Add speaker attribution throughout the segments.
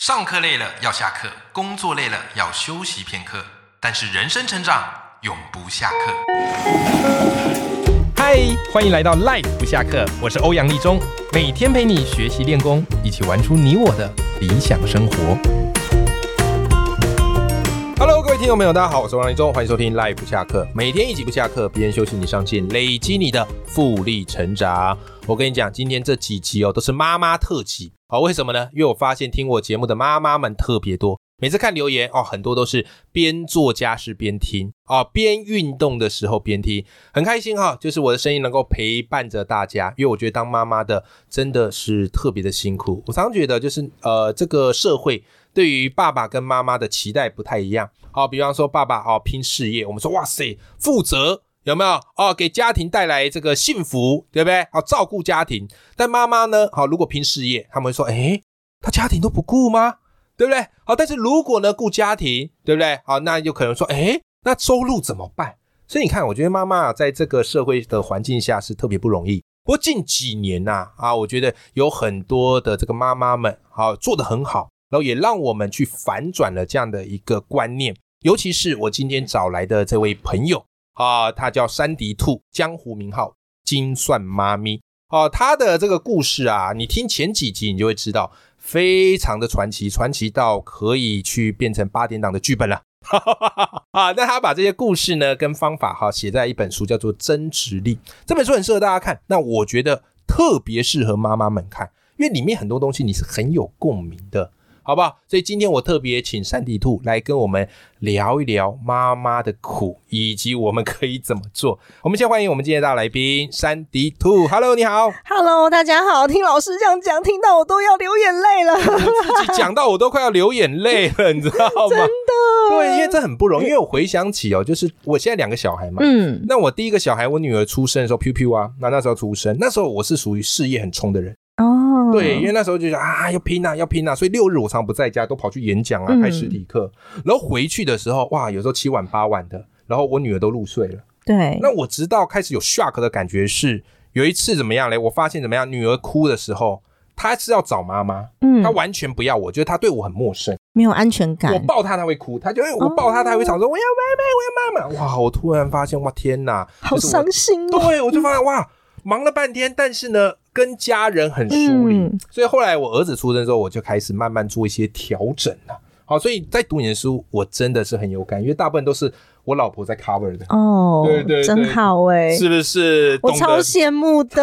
Speaker 1: 上课累了要下课，工作累了要休息片刻，但是人生成长永不下课。嗨，欢迎来到 Life 不下课，我是欧阳立中，每天陪你学习练功，一起玩出你我的理想生活。Hello，各位听众朋友，大家好，我是王立中，欢迎收听 Live 不下课，每天一集不下课，别人休息你上进，累积你的复利成长。我跟你讲，今天这几集哦，都是妈妈特辑，好、为什么呢？因为我发现听我节目的妈妈们特别多，每次看留言哦，很多都是边做家事边听啊、哦，边运动的时候边听，很开心哈、就是我的声音能够陪伴着大家，因为我觉得当妈妈的真的是特别的辛苦。我常常觉得就是呃，这个社会对于爸爸跟妈妈的期待不太一样。好、比方说爸爸哦拼事业，我们说哇塞负责有没有哦？给家庭带来这个幸福，对不对？好、照顾家庭。但妈妈呢？好、如果拼事业，他们会说，诶，他家庭都不顾吗？对不对？好，但是如果呢顾家庭，对不对？好，那有可能说，诶，那收入怎么办？所以你看，我觉得妈妈啊，在这个社会的环境下是特别不容易。不过近几年呐、啊，我觉得有很多的这个妈妈们，好、做得很好，然后也让我们去反转了这样的一个观念。尤其是我今天找来的这位朋友啊，他叫山迪兔，江湖名号金算妈咪。哦、他的这个故事啊，你听前几集你就会知道，非常的传奇，传奇到可以去变成八点档的剧本了。啊，那他把这些故事呢跟方法哈写在一本书，叫做《增值力》。这本书很适合大家看，那我觉得特别适合妈妈们看，因为里面很多东西你是很有共鸣的，好不好？所以今天我特别请山地兔来跟我们聊一聊妈妈的苦，以及我们可以怎么做。我们先欢迎我们今天的大来宾山地兔，Hello，你好。
Speaker 2: Hello，大家好，听老师这样讲，听到我都要流眼泪了。
Speaker 1: 自己讲到我都快要流眼泪了，你知道 吗？真的，对，因为这很不容易。因为我回想起哦，就是我现在两个小孩嘛，
Speaker 2: 嗯，
Speaker 1: 那我第一个小孩，我女儿出生的时候，Q Q 啊，那那时候出生，那时候我是属于事业很冲的人，
Speaker 2: 哦，
Speaker 1: 对，因为那时候就觉得啊，要拼啊，要拼啊，所以六日我常不在家，都跑去演讲啊，
Speaker 2: 嗯
Speaker 1: 开实体课，然后回去的时候，哇，有时候七晚八晚的，然后我女儿都入睡了。
Speaker 2: 对，
Speaker 1: 那我直到开始有 shock 的感觉是，有一次怎么样嘞？我发现怎么样，女儿哭的时候，她是要找妈妈，
Speaker 2: 嗯
Speaker 1: 她完全不要我，就是她对我很陌生。
Speaker 2: 没有安全
Speaker 1: 我
Speaker 2: 感，
Speaker 1: 抱她，她会哭；她就哎，我抱她，她会吵
Speaker 2: 哦
Speaker 1: 说我要妈妈，我要妈妈。哇！我突然发现，哇天哪，
Speaker 2: 好
Speaker 1: 就是我
Speaker 2: 伤心哦。
Speaker 1: 对，我就发现哇，忙了半天，但是呢，跟家人很疏离。
Speaker 2: 嗯
Speaker 1: 所以后来我儿子出生之后，我就开始慢慢做一些调整了、好，所以在读你的书，我真的是很有感，因为大部分都是我老婆在 cover 的，
Speaker 2: 哦，
Speaker 1: 对对对
Speaker 2: 真好哎，
Speaker 1: 是不是？
Speaker 2: 我
Speaker 1: 懂
Speaker 2: 超
Speaker 1: 得
Speaker 2: 羡慕的。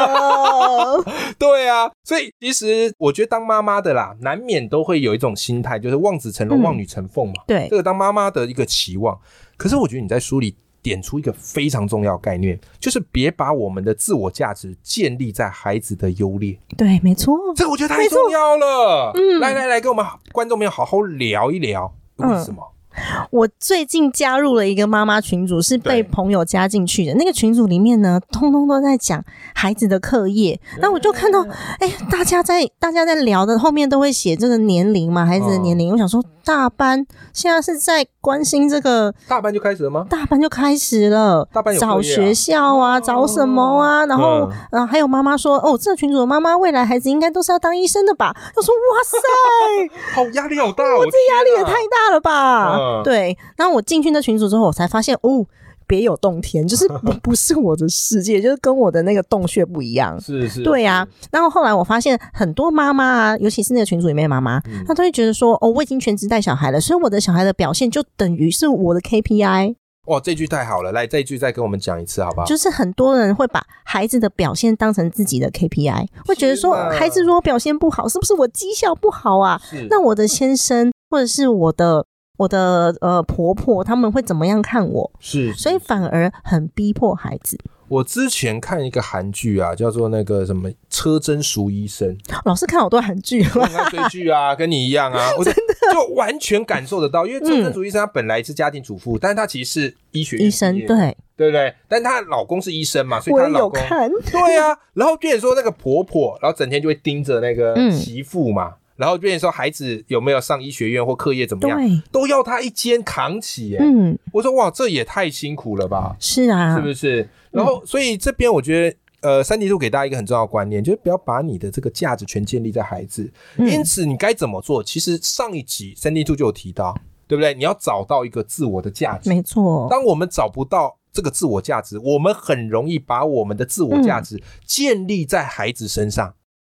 Speaker 1: 对啊，所以其实我觉得当妈妈的啦，难免都会有一种心态，就是望子成龙、
Speaker 2: 嗯
Speaker 1: 望女成凤嘛。
Speaker 2: 对
Speaker 1: 这个当妈妈的一个期望。可是我觉得你在书里点出一个非常重要的概念，就是别把我们的自我价值建立在孩子的优劣，
Speaker 2: 对，没错，
Speaker 1: 这个我觉得太
Speaker 2: 没错
Speaker 1: 重要了。
Speaker 2: 嗯
Speaker 1: 来来来，跟我们观众朋友好好聊一聊，为
Speaker 2: 嗯
Speaker 1: 什么？
Speaker 2: 我最近加入了一个妈妈群组，是被
Speaker 1: 对
Speaker 2: 朋友加进去的。那个群组里面呢，通通都在讲孩子的课业。那我就看
Speaker 1: 嗯
Speaker 2: 到，哎、大家在大家在聊的后面都会写这个年龄嘛，孩子
Speaker 1: 嗯
Speaker 2: 的年龄。我想说，大班现在是在关心这个，
Speaker 1: 大班就开始了吗？
Speaker 2: 大班就开始了，
Speaker 1: 大班有课业啊嗯
Speaker 2: 找学校啊，找什么啊？然后，然后还有妈妈说，哦，这个群主的妈妈未来孩子应该都是要当医生的吧？我说，哇塞！
Speaker 1: 好压力好大，我啊这
Speaker 2: 压力也太大了吧？
Speaker 1: 嗯
Speaker 2: 对，然后我进去那群组之后，我才发现哦。别有洞天，就是不不是我的世界，就是跟我的那个洞穴不一样。
Speaker 1: 是是，
Speaker 2: 对呀、然后后来我发现很多妈妈啊，尤其是那个群组里面的妈妈，
Speaker 1: 嗯
Speaker 2: 她都会觉得说，哦，我已经全职带小孩了，所以我的小孩的表现就等于是我的 KPI。
Speaker 1: 哇，这句太好了，来这一句再跟我们讲一次好不好？
Speaker 2: 就是很多人会把孩子的表现当成自己的 KPI，会觉得说
Speaker 1: 是啊
Speaker 2: 孩子如果表现不好，是不是我绩效不好啊？
Speaker 1: 是
Speaker 2: 那我的先生或者是我的我的呃婆婆，他们会怎么样看我？
Speaker 1: 是，是
Speaker 2: 所以反而很逼迫孩子。
Speaker 1: 我之前看一个韩剧啊，叫做那个什么《车真淑医 生》，
Speaker 2: 老是看好多韩剧，
Speaker 1: 我很爱追剧啊，跟你一样 啊，我就就完全感受得到，因为
Speaker 2: 嗯
Speaker 1: 车真淑医生她本来是家庭主妇，但是她其实是医学院
Speaker 2: 医生
Speaker 1: 毕业的
Speaker 2: 对
Speaker 1: 对不对？但她老公是医生嘛，所以
Speaker 2: 我
Speaker 1: 她
Speaker 2: 也
Speaker 1: 老
Speaker 2: 有
Speaker 1: 公
Speaker 2: 看，
Speaker 1: 对啊，然后变成说那个婆婆，然后整天就会盯着那个
Speaker 2: 嗯
Speaker 1: 媳妇嘛，然后变成说孩子有没有上医学院或课业怎么样，
Speaker 2: 对，
Speaker 1: 都要她一肩扛起耶。
Speaker 2: 嗯，
Speaker 1: 我说哇，这也太辛苦了吧。
Speaker 2: 是啊，
Speaker 1: 是不是？然后，所以这边我觉得呃，三级度给大家一个很重要的观念，就是不要把你的这个价值全建立在孩子。
Speaker 2: 嗯
Speaker 1: 因此，你该怎么做？其实上一集三 D 度就有提到，对不对？你要找到一个自我的价值。
Speaker 2: 没错，
Speaker 1: 当我们找不到这个自我价值，我们很容易把我们的自我
Speaker 2: 嗯
Speaker 1: 价值建立在孩子身上，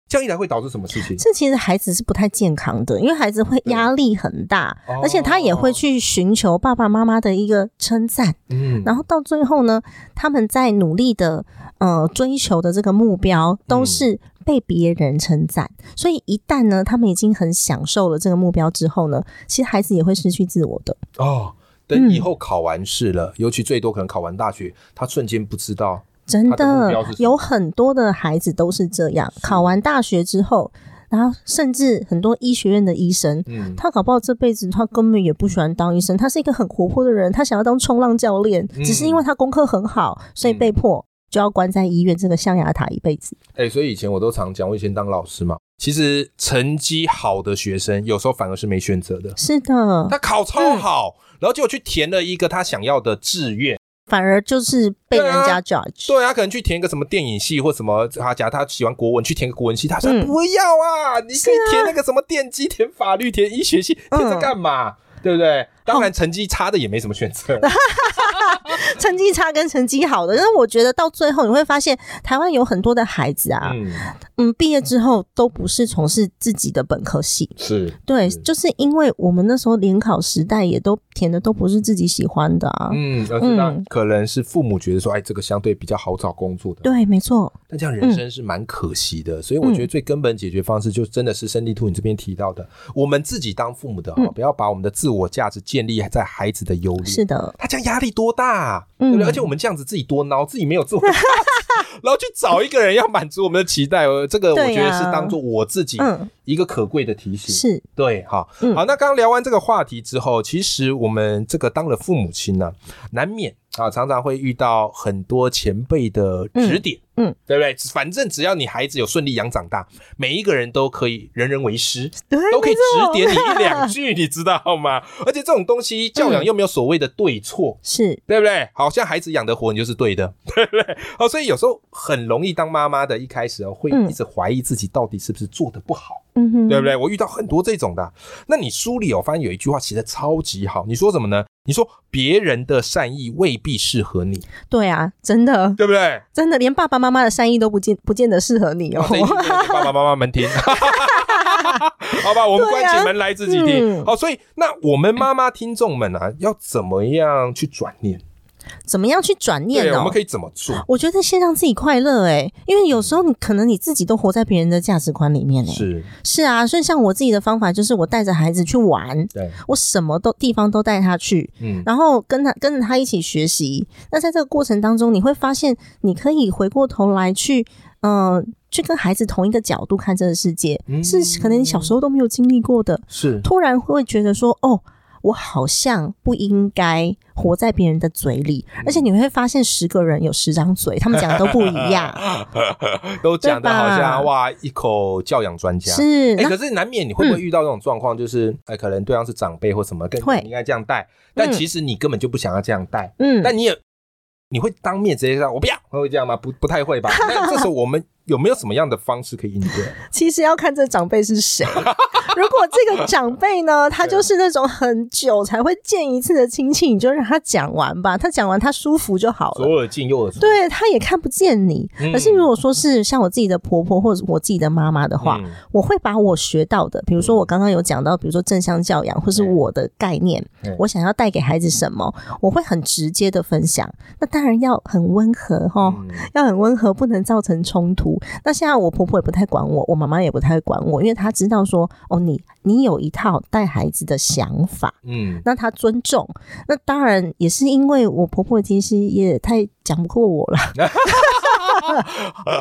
Speaker 1: 这样一来会导致什么事情？
Speaker 2: 这其实孩子是不太健康的，因为孩子会压力很大，
Speaker 1: 对
Speaker 2: 而且他也
Speaker 1: 哦
Speaker 2: 会去寻求爸爸妈妈的一个称赞，
Speaker 1: 嗯，
Speaker 2: 然后到最后呢，他们在努力的呃追求的这个目
Speaker 1: 嗯
Speaker 2: 标都是。被别人称赞，所以一旦呢，他们已经很享受了这个目标之后呢，其实孩子也会失去自我的。
Speaker 1: 哦，等
Speaker 2: 嗯
Speaker 1: 以后考完试了，尤其最多可能考完大学，他瞬间不知道
Speaker 2: 真
Speaker 1: 他的目标
Speaker 2: 的
Speaker 1: 是什么
Speaker 2: 有很多的孩子都是这样，考完大学之后，然后甚至很多医学院的医生，
Speaker 1: 嗯
Speaker 2: 他搞不好这辈子他根本也不喜欢当医生，他是一个很活泼的人，他想要当冲浪教练，
Speaker 1: 嗯
Speaker 2: 只是因为他功课很好，所以被迫就要关在医院这个象牙塔一辈子。
Speaker 1: 哎、所以以前我都常讲，我以前当老师嘛，其实成绩好的学生有时候反而是没选择的，
Speaker 2: 是的，
Speaker 1: 他考
Speaker 2: 嗯
Speaker 1: 超好，然后结果去填了一个他想要的志愿，
Speaker 2: 反而就是被人家 judge。
Speaker 1: 对啊，他可能去填一个什么电影系或什么，他假如他喜欢国文，去填个国文系，他说、
Speaker 2: 嗯
Speaker 1: 不要啊，你可以填那个什么电机、填法律、填医学系，填
Speaker 2: 嗯
Speaker 1: 这干嘛？对不对？当然，成绩差的也没什么选择。
Speaker 2: 成绩差跟成绩好的，但是我觉得到最后你会发现，台湾有很多的孩子啊，
Speaker 1: 嗯，
Speaker 2: 嗯，毕业之后都不是从事自己的本科系，
Speaker 1: 是，
Speaker 2: 对，
Speaker 1: 嗯
Speaker 2: 就是因为我们那时候联考时代也都填的都不是自己喜欢的啊。
Speaker 1: 嗯，而是那
Speaker 2: 嗯
Speaker 1: 可能是父母觉得说，哎，这个相对比较好找工作的，
Speaker 2: 对，嗯没错，
Speaker 1: 但这样人生是蛮可惜的，所以我觉得最根本解决方式就真的是生力兔你这边提到的，我们自己当父母的哈、
Speaker 2: 嗯
Speaker 1: 不要把我们的自我价值建立在孩子的优劣。
Speaker 2: 是的，
Speaker 1: 他这样压力多大、啊，
Speaker 2: 嗯
Speaker 1: 对不对？而且我们这样子自己多孬，自己没有 自我价值，然后去找一个人要满足我们的期待，呃这个我
Speaker 2: 对
Speaker 1: 觉
Speaker 2: 呀
Speaker 1: 得是当做我自己
Speaker 2: 嗯，
Speaker 1: 一个可贵的提醒。
Speaker 2: 是，
Speaker 1: 对，好，
Speaker 2: 嗯
Speaker 1: 好，那刚刚聊完这个话题之后，其实我们这个当了父母亲呢、难免啊，常常会遇到很多前辈的指点，
Speaker 2: 嗯嗯
Speaker 1: 对不对？反正只要你孩子有顺利养长大，每一个人都可以人人为师，
Speaker 2: 对，
Speaker 1: 都可以指点你
Speaker 2: 没错
Speaker 1: 一两句， 你知道吗？而且这种东西教
Speaker 2: 嗯
Speaker 1: 养又没有所谓的对错，
Speaker 2: 是，
Speaker 1: 对不对？好像孩子养得活，你就是对 的，对不对？好，所以有时候很容易当妈妈的，一开始哦会
Speaker 2: 嗯
Speaker 1: 一直怀疑自己到底是不是做的不好。
Speaker 2: 嗯哼，
Speaker 1: 对不对？我遇到很多这种的啊。那你书里有发现有一句话写的超级好，你说什么呢？你说别人的善意未必适合 你，
Speaker 2: 对啊，真的，
Speaker 1: 对不对？
Speaker 2: 真的，连爸爸妈妈的善意都不见不见得适合你哦
Speaker 1: 哇。这一句真的给爸爸妈妈们听，好吧，我们关起门来自己听。
Speaker 2: 嗯
Speaker 1: 好，所以那我们妈妈听众们啊，要怎么样去转念？
Speaker 2: 怎么样去转念
Speaker 1: 对，我
Speaker 2: 哦
Speaker 1: 们可？以怎么做？
Speaker 2: 我觉得先让自己快乐哎、因为有时候你可能你自己都活在别人的价值观里面哎、
Speaker 1: 是
Speaker 2: 是啊，所以像我自己的方法就是我带着孩子去玩，
Speaker 1: 对，
Speaker 2: 我什么都地方都带他去，
Speaker 1: 嗯，
Speaker 2: 然后跟他跟着他一起学习。那在这个过程当中，你会发现，你可以回过头来去，嗯、去跟孩子同一个角度看这个世界，
Speaker 1: 嗯
Speaker 2: 是可能你小时候都没有经历过的。
Speaker 1: 是
Speaker 2: 突然会觉得说，哦，我好像不应该活在别人的嘴里，而且你会发现，十个人有十张嘴，他们讲的都不一 样。
Speaker 1: 都讲的好
Speaker 2: 对吧
Speaker 1: 像哇，一口教养专家
Speaker 2: 是，
Speaker 1: 哎、
Speaker 2: 那嗯
Speaker 1: 可是难免你会不会遇到这种状况，就是哎、可能对方是长辈或什么，跟
Speaker 2: 会
Speaker 1: 你应该这样带，但
Speaker 2: 嗯
Speaker 1: 其实你根本就不想要这样带，
Speaker 2: 嗯，
Speaker 1: 但你也你会当面直接说“我不要”，会这样吗？不，不太 会吧？那这时候我们有没有什么样的方式可以应对？
Speaker 2: 其实要看这长辈是 谁。如果这个长辈呢，他就是那种很久才会见一次的亲戚，你就让他讲完吧，他讲完他舒服就好了。
Speaker 1: 左耳进右耳出，
Speaker 2: 对，他也看不见你。
Speaker 1: 嗯
Speaker 2: 可是如果说是像我自己的婆婆或者我自己的妈妈的话，
Speaker 1: 嗯
Speaker 2: 我会把我学到的，比如说我刚刚有讲到，比如说正向教养，或是
Speaker 1: 嗯
Speaker 2: 我的概念
Speaker 1: 嗯，
Speaker 2: 我想要带给孩子什么，我会很直接的分享。那当然要很温和哦，
Speaker 1: 嗯
Speaker 2: 要很温和，不能造成冲突。那现在我婆婆也不太管我，我妈妈也不太管我，因为她知道说，哦，你你有一套带孩子的想法，
Speaker 1: 嗯，
Speaker 2: 那她尊重。那当然也是因为我婆婆其实也太讲不 过我了，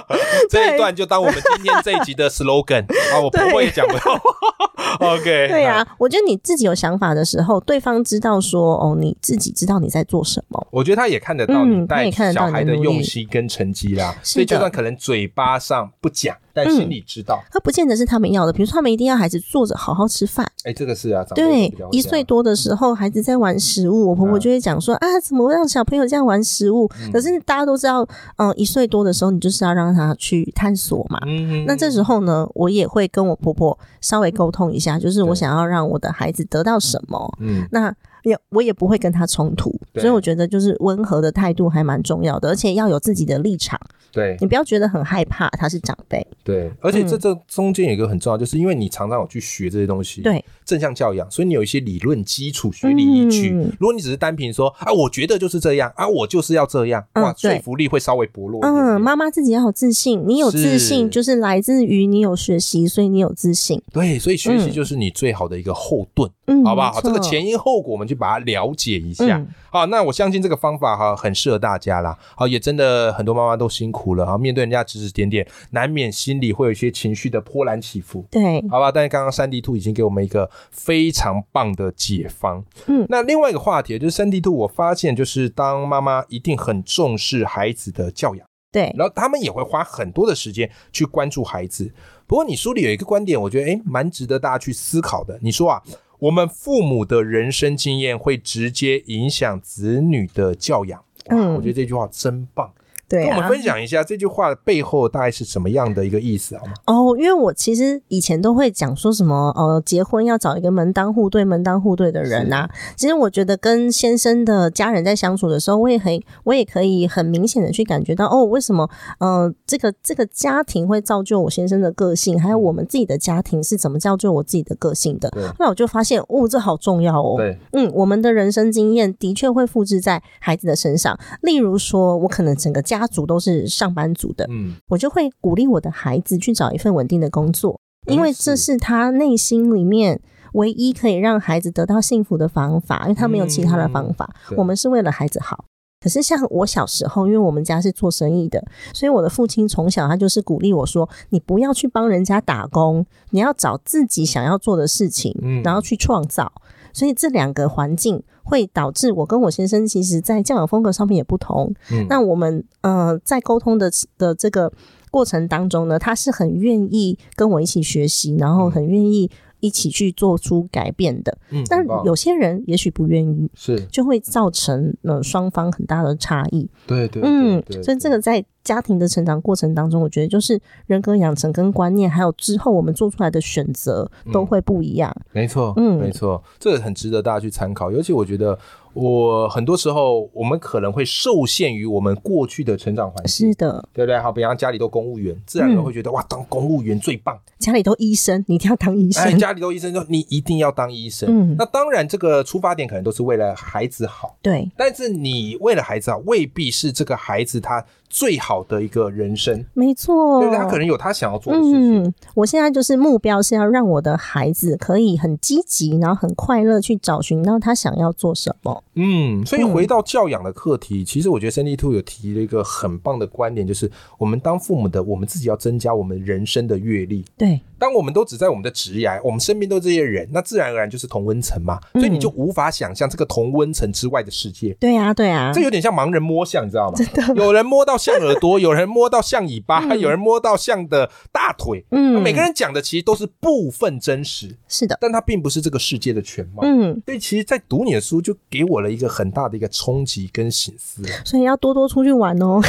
Speaker 1: 这一段就当我们今天这一集的 slogan 啊，我不会讲不到， OK，
Speaker 2: 对啊，我觉得你自己有想法的时候，对方知道说哦，你自己知道你在做什么。
Speaker 1: 我觉得他也看得到你
Speaker 2: 嗯他
Speaker 1: 带
Speaker 2: 也看得
Speaker 1: 小
Speaker 2: 到
Speaker 1: 孩
Speaker 2: 你
Speaker 1: 的
Speaker 2: 的努力
Speaker 1: 用心跟成绩啦，
Speaker 2: 是
Speaker 1: 所以就
Speaker 2: 的
Speaker 1: 算可能嘴巴上不讲，但
Speaker 2: 嗯
Speaker 1: 心里知道。
Speaker 2: 他不见得是他们要的，比如说他们一定要孩子坐着好好吃饭。
Speaker 1: 哎，这个是啊，长辈
Speaker 2: 对
Speaker 1: 比较，会
Speaker 2: 一
Speaker 1: 这样
Speaker 2: 岁多的时候，孩子在玩食物，我婆婆
Speaker 1: 嗯
Speaker 2: 就会讲说啊，怎么会让小朋友这样玩食物？可是大家都知道，嗯，一岁多的时候，你就是要让他去探索嘛。
Speaker 1: 嗯
Speaker 2: 那这时候呢，我也会跟我婆婆稍微沟通一下，就是我
Speaker 1: 对
Speaker 2: 想要让我的孩子得到什么。
Speaker 1: 嗯，
Speaker 2: 那也我也不会跟他冲突，
Speaker 1: 对
Speaker 2: 所以我觉得就是温和的态度还蛮重要的，而且要有自己的立场，
Speaker 1: 对
Speaker 2: 你不要觉得很害怕他是长辈。
Speaker 1: 对，而且这
Speaker 2: 嗯
Speaker 1: 这中间有一个很重要，就是因为你常常有去学这些东西，
Speaker 2: 对，
Speaker 1: 正向教养，所以你有一些理论基础、学理依据
Speaker 2: 嗯。
Speaker 1: 如果你只是单凭说啊，我觉得就是这样啊，我就是要这样，哇，
Speaker 2: 嗯对
Speaker 1: 说服力会稍微薄弱一点
Speaker 2: 嗯，
Speaker 1: 点。
Speaker 2: 妈妈自己要有自信，你有自
Speaker 1: 是
Speaker 2: 信就是来自于你有学习，所以你有自信。
Speaker 1: 对，所以学习
Speaker 2: 嗯
Speaker 1: 就是你最好的一个后盾，
Speaker 2: 嗯，
Speaker 1: 好不好？
Speaker 2: 没
Speaker 1: 这
Speaker 2: 错
Speaker 1: 个前啊因后果，我们去把它了解一下。
Speaker 2: 嗯
Speaker 1: 好，那我相信这个方法哈，很适合大家啦。好，也真的很多妈妈都辛苦了啊，面对人家指指点点，难免心里会有一些情绪的波澜起伏。
Speaker 2: 对，
Speaker 1: 好吧，但是刚刚三 D 兔已经给我们一个非常棒的解方。
Speaker 2: 嗯
Speaker 1: 那另外一个话题就是三 D 兔，我发现就是当妈妈一定很重视孩子的教养，
Speaker 2: 对，
Speaker 1: 然后他们也会花很多的时间去关注孩子。不过你书里有一个观点，我觉得诶蛮值得大家去思考的。你说啊，我们父母的人生经验会直接影响子女的教养。哇
Speaker 2: 嗯
Speaker 1: 我觉得这句话真棒，
Speaker 2: 对
Speaker 1: 跟我
Speaker 2: 啊
Speaker 1: 们。分享一下这句话背后大概是什么样的一个意思好吗？
Speaker 2: 哦，因为我其实以前都会讲说什么，呃，结婚要找一个门当户对、门当户对的人呐、其实我觉得跟先生的家人在相处的时候，我也很，我也可以很明显的去感觉到，哦，为什么，呃，这个这个家庭会造就我先生的个性，还有我们自己的家庭是怎么造就我自己的个性的
Speaker 1: 嗯对。
Speaker 2: 后来我就发现，哦，这好重要哦。
Speaker 1: 对，
Speaker 2: 嗯，我们的人生经验的确会复制在孩子的身上。例如说，我可能整个家族都是上班族的，
Speaker 1: 嗯，
Speaker 2: 我就会鼓励我的孩子去找一份稳定的工作，因为这是他内心里面唯一可以让孩子得到幸福的方法，因为他没有其他的方法。
Speaker 1: 对
Speaker 2: 我们是为了孩子好。可是像我小时候，因为我们家是做生意的，所以我的父亲从小他就是鼓励我说：“你不要去帮人家打工，你要找自己想要做的事情，
Speaker 1: 嗯
Speaker 2: 然后去创造。”所以这两个环境会导致我跟我先生其实在教养风格上面也不同。
Speaker 1: 嗯
Speaker 2: 那我们呃在沟通的的这个过程当中呢，他是很愿意跟我一起学习，然后很愿意一起去做出改变的。
Speaker 1: 嗯，
Speaker 2: 但
Speaker 1: 很棒
Speaker 2: 有些人也许不愿意，
Speaker 1: 是
Speaker 2: 就会造成呃双方很大的差异。
Speaker 1: 对对，
Speaker 2: 嗯
Speaker 1: 对，
Speaker 2: 所以这个在家庭的成长过程当中，我觉得就是人格养成跟观念，还有之后我们做出来的选择
Speaker 1: 嗯
Speaker 2: 都会不一样。
Speaker 1: 没错，
Speaker 2: 嗯
Speaker 1: 没错，这个很值得大家去参考。尤其我觉得，我很多时候我们可能会受限于我们过去的成长环境
Speaker 2: 是，嗯的，
Speaker 1: 对不对？好，比方家里都公务员，自然而然会觉得、哇，当公务员最棒。
Speaker 2: 家里都医生，你一定要当医生。
Speaker 1: 哎，家里都医生说你一定要当医生。
Speaker 2: 嗯
Speaker 1: 那当然，这个出发点可能都是为了孩子好，
Speaker 2: 对，
Speaker 1: 但是你为了孩子好，未必是这个孩子他最好的一个人生，
Speaker 2: 没错。
Speaker 1: 对不对？他可能有他想要做的事情。
Speaker 2: 嗯，我现在就是目标是要让我的孩子可以很积极，然后很快乐去找寻到他想要做什么。
Speaker 1: 嗯，所以
Speaker 2: 嗯
Speaker 1: 回到教养的课题，其实我觉得三 D Two 有提了一个很棒的观点，就是我们当父母的，我们自己要增加我们人生的阅历。
Speaker 2: 对，
Speaker 1: 当我们都只在我们的职涯，我们身边都是这些人，那自然而然就是同温层嘛，
Speaker 2: 嗯
Speaker 1: 所以你就无法想象这个同温层之外的世界。
Speaker 2: 对啊，对啊
Speaker 1: 这，有点像盲人摸象，你知道吗？有人摸到象耳 朵，有人摸到象尾巴，有人摸到象的大腿。那
Speaker 2: 嗯
Speaker 1: 每个人讲的其实都是部分真实，
Speaker 2: 是的，
Speaker 1: 但它并不是这个世界的全貌。
Speaker 2: 嗯，
Speaker 1: 所以其实，在读你的书，就给我了一个很大的一个冲击跟醒思。
Speaker 2: 所以要多多出去玩哦。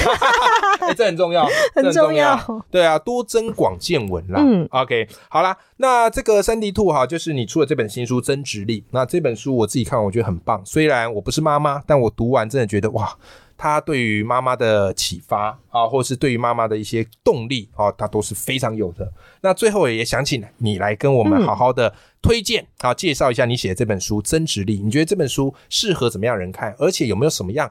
Speaker 1: 哎，这很重 要，
Speaker 2: 很
Speaker 1: 这重
Speaker 2: 重要。
Speaker 1: 对啊，多增广见闻啦。
Speaker 2: 嗯
Speaker 1: ，OK，好啦，那这个三 D 兔哈，就是你出了这本新书《增值力》。那这本书我自己看，我觉得很棒。虽然我不是妈妈，但我读完真的觉得哇。它对于妈妈的启发啊，或是对于妈妈的一些动力啊，它都是非常有的。那最后也想请你来跟我们
Speaker 2: 嗯
Speaker 1: 好好的推荐、啊，介绍一下你写的这本书《增值力》，你觉得这本书适合怎么样人看，而且有没有什么样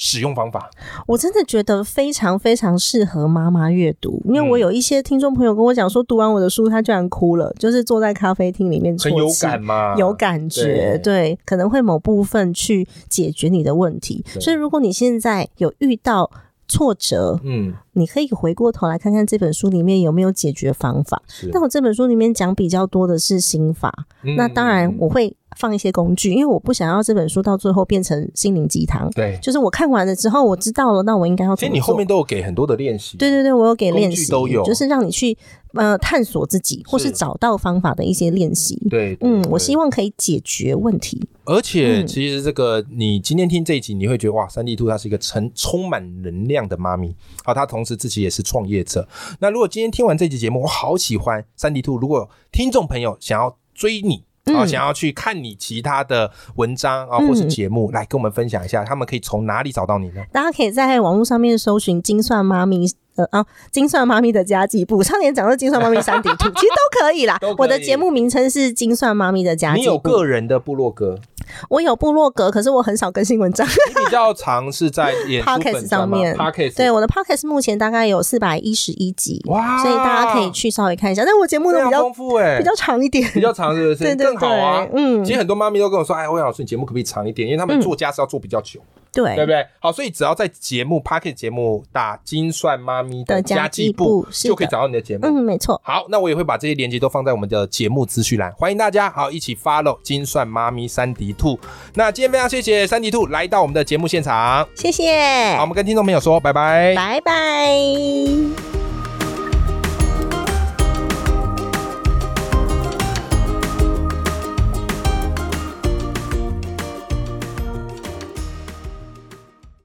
Speaker 1: 使用方法？
Speaker 2: 我真的觉得非常非常适合妈妈阅读，因
Speaker 1: 嗯
Speaker 2: 为我有一些听众朋友跟我讲说，读完我的书，他居然哭了，就是坐在咖啡厅里面啜
Speaker 1: 很有
Speaker 2: 泣
Speaker 1: 感吗？
Speaker 2: 有感觉，对，可能会某部分去解决你的问题。
Speaker 1: 对
Speaker 2: 所以，如果你现在有遇到挫折，
Speaker 1: 嗯，
Speaker 2: 你可以回过头来看看这本书里面有没有解决方法。
Speaker 1: 是。
Speaker 2: 但我这本书里面讲比较多的是心法，
Speaker 1: 嗯
Speaker 2: 那当然
Speaker 1: 嗯
Speaker 2: 我会放一些工具，因为我不想要这本书到最后变成心灵鸡汤。
Speaker 1: 对，
Speaker 2: 就是我看完了之后，我知道了，那我应该要
Speaker 1: 其
Speaker 2: 怎
Speaker 1: 实
Speaker 2: 么做？
Speaker 1: 你后面都有给很多的练习，
Speaker 2: 对对对，我有给
Speaker 1: 工
Speaker 2: 练
Speaker 1: 具
Speaker 2: 习，
Speaker 1: 都有
Speaker 2: 就是让你去呃探索自己，或是
Speaker 1: 是
Speaker 2: 找到方法的一些练习。
Speaker 1: 对，对
Speaker 2: 嗯，
Speaker 1: 对
Speaker 2: 我希望可以解决问题。
Speaker 1: 而且
Speaker 2: 嗯
Speaker 1: 其实这个，你今天听这一集，你会觉得哇，三 D 兔它是一个充充满能量的妈咪，好，她同时自己也是创业者。那如果今天听完这集节目，我好喜欢三 D 兔。如果有听众朋友想要追你。啊，
Speaker 2: 嗯
Speaker 1: 想要去看你其他的文章啊，
Speaker 2: 嗯
Speaker 1: 或是节目，来跟我们分享一下，他们可以从哪里找到你呢？
Speaker 2: 大家可以在网络上面搜寻“精算妈咪”呃啊，“精算妈咪的家计部”，上面讲到“精算妈咪三 D 兔”，其实都可以啦。
Speaker 1: 都可以
Speaker 2: 我的节目名称是“精算妈咪的家
Speaker 1: 你
Speaker 2: 计部
Speaker 1: 有”，个人的部落格，
Speaker 2: 我有部落格，可是我很少更新文章。
Speaker 1: 你比较常是 在演
Speaker 2: Podcast 上面
Speaker 1: p o c a s t
Speaker 2: 对，我的 podcast 目前大概有四百一十一集，
Speaker 1: 哇，
Speaker 2: 所以大家可以去稍微看一下。但我节目
Speaker 1: 非
Speaker 2: 都比
Speaker 1: 常
Speaker 2: 较
Speaker 1: 丰富哎，
Speaker 2: 比较长一点，
Speaker 1: 比较长，是不是？
Speaker 2: 对对
Speaker 1: 更好啊
Speaker 2: 对，。嗯
Speaker 1: 其，实很多妈咪都跟我说：“哎，欧阳老师，你节目可不可以长一点？因为他们做家是要做比较久，对不
Speaker 2: 对。
Speaker 1: 对？”好，所以只要在节目 p a c k e t 节目打“精算妈咪”
Speaker 2: 的家
Speaker 1: 家
Speaker 2: 计
Speaker 1: 计部
Speaker 2: 部，是
Speaker 1: 就可以
Speaker 2: 的
Speaker 1: 找到你的节目。
Speaker 2: 嗯，没错，
Speaker 1: 好，那我也会把这些链接都放在我们的节目资讯栏，欢迎大家好一起 follow 精算妈咪三迪兔。那今天非常谢谢三迪兔来
Speaker 2: 哎
Speaker 1: 到我们的节目现场，
Speaker 2: 谢谢
Speaker 1: 好，我，们跟听众朋友说拜拜
Speaker 2: 拜拜。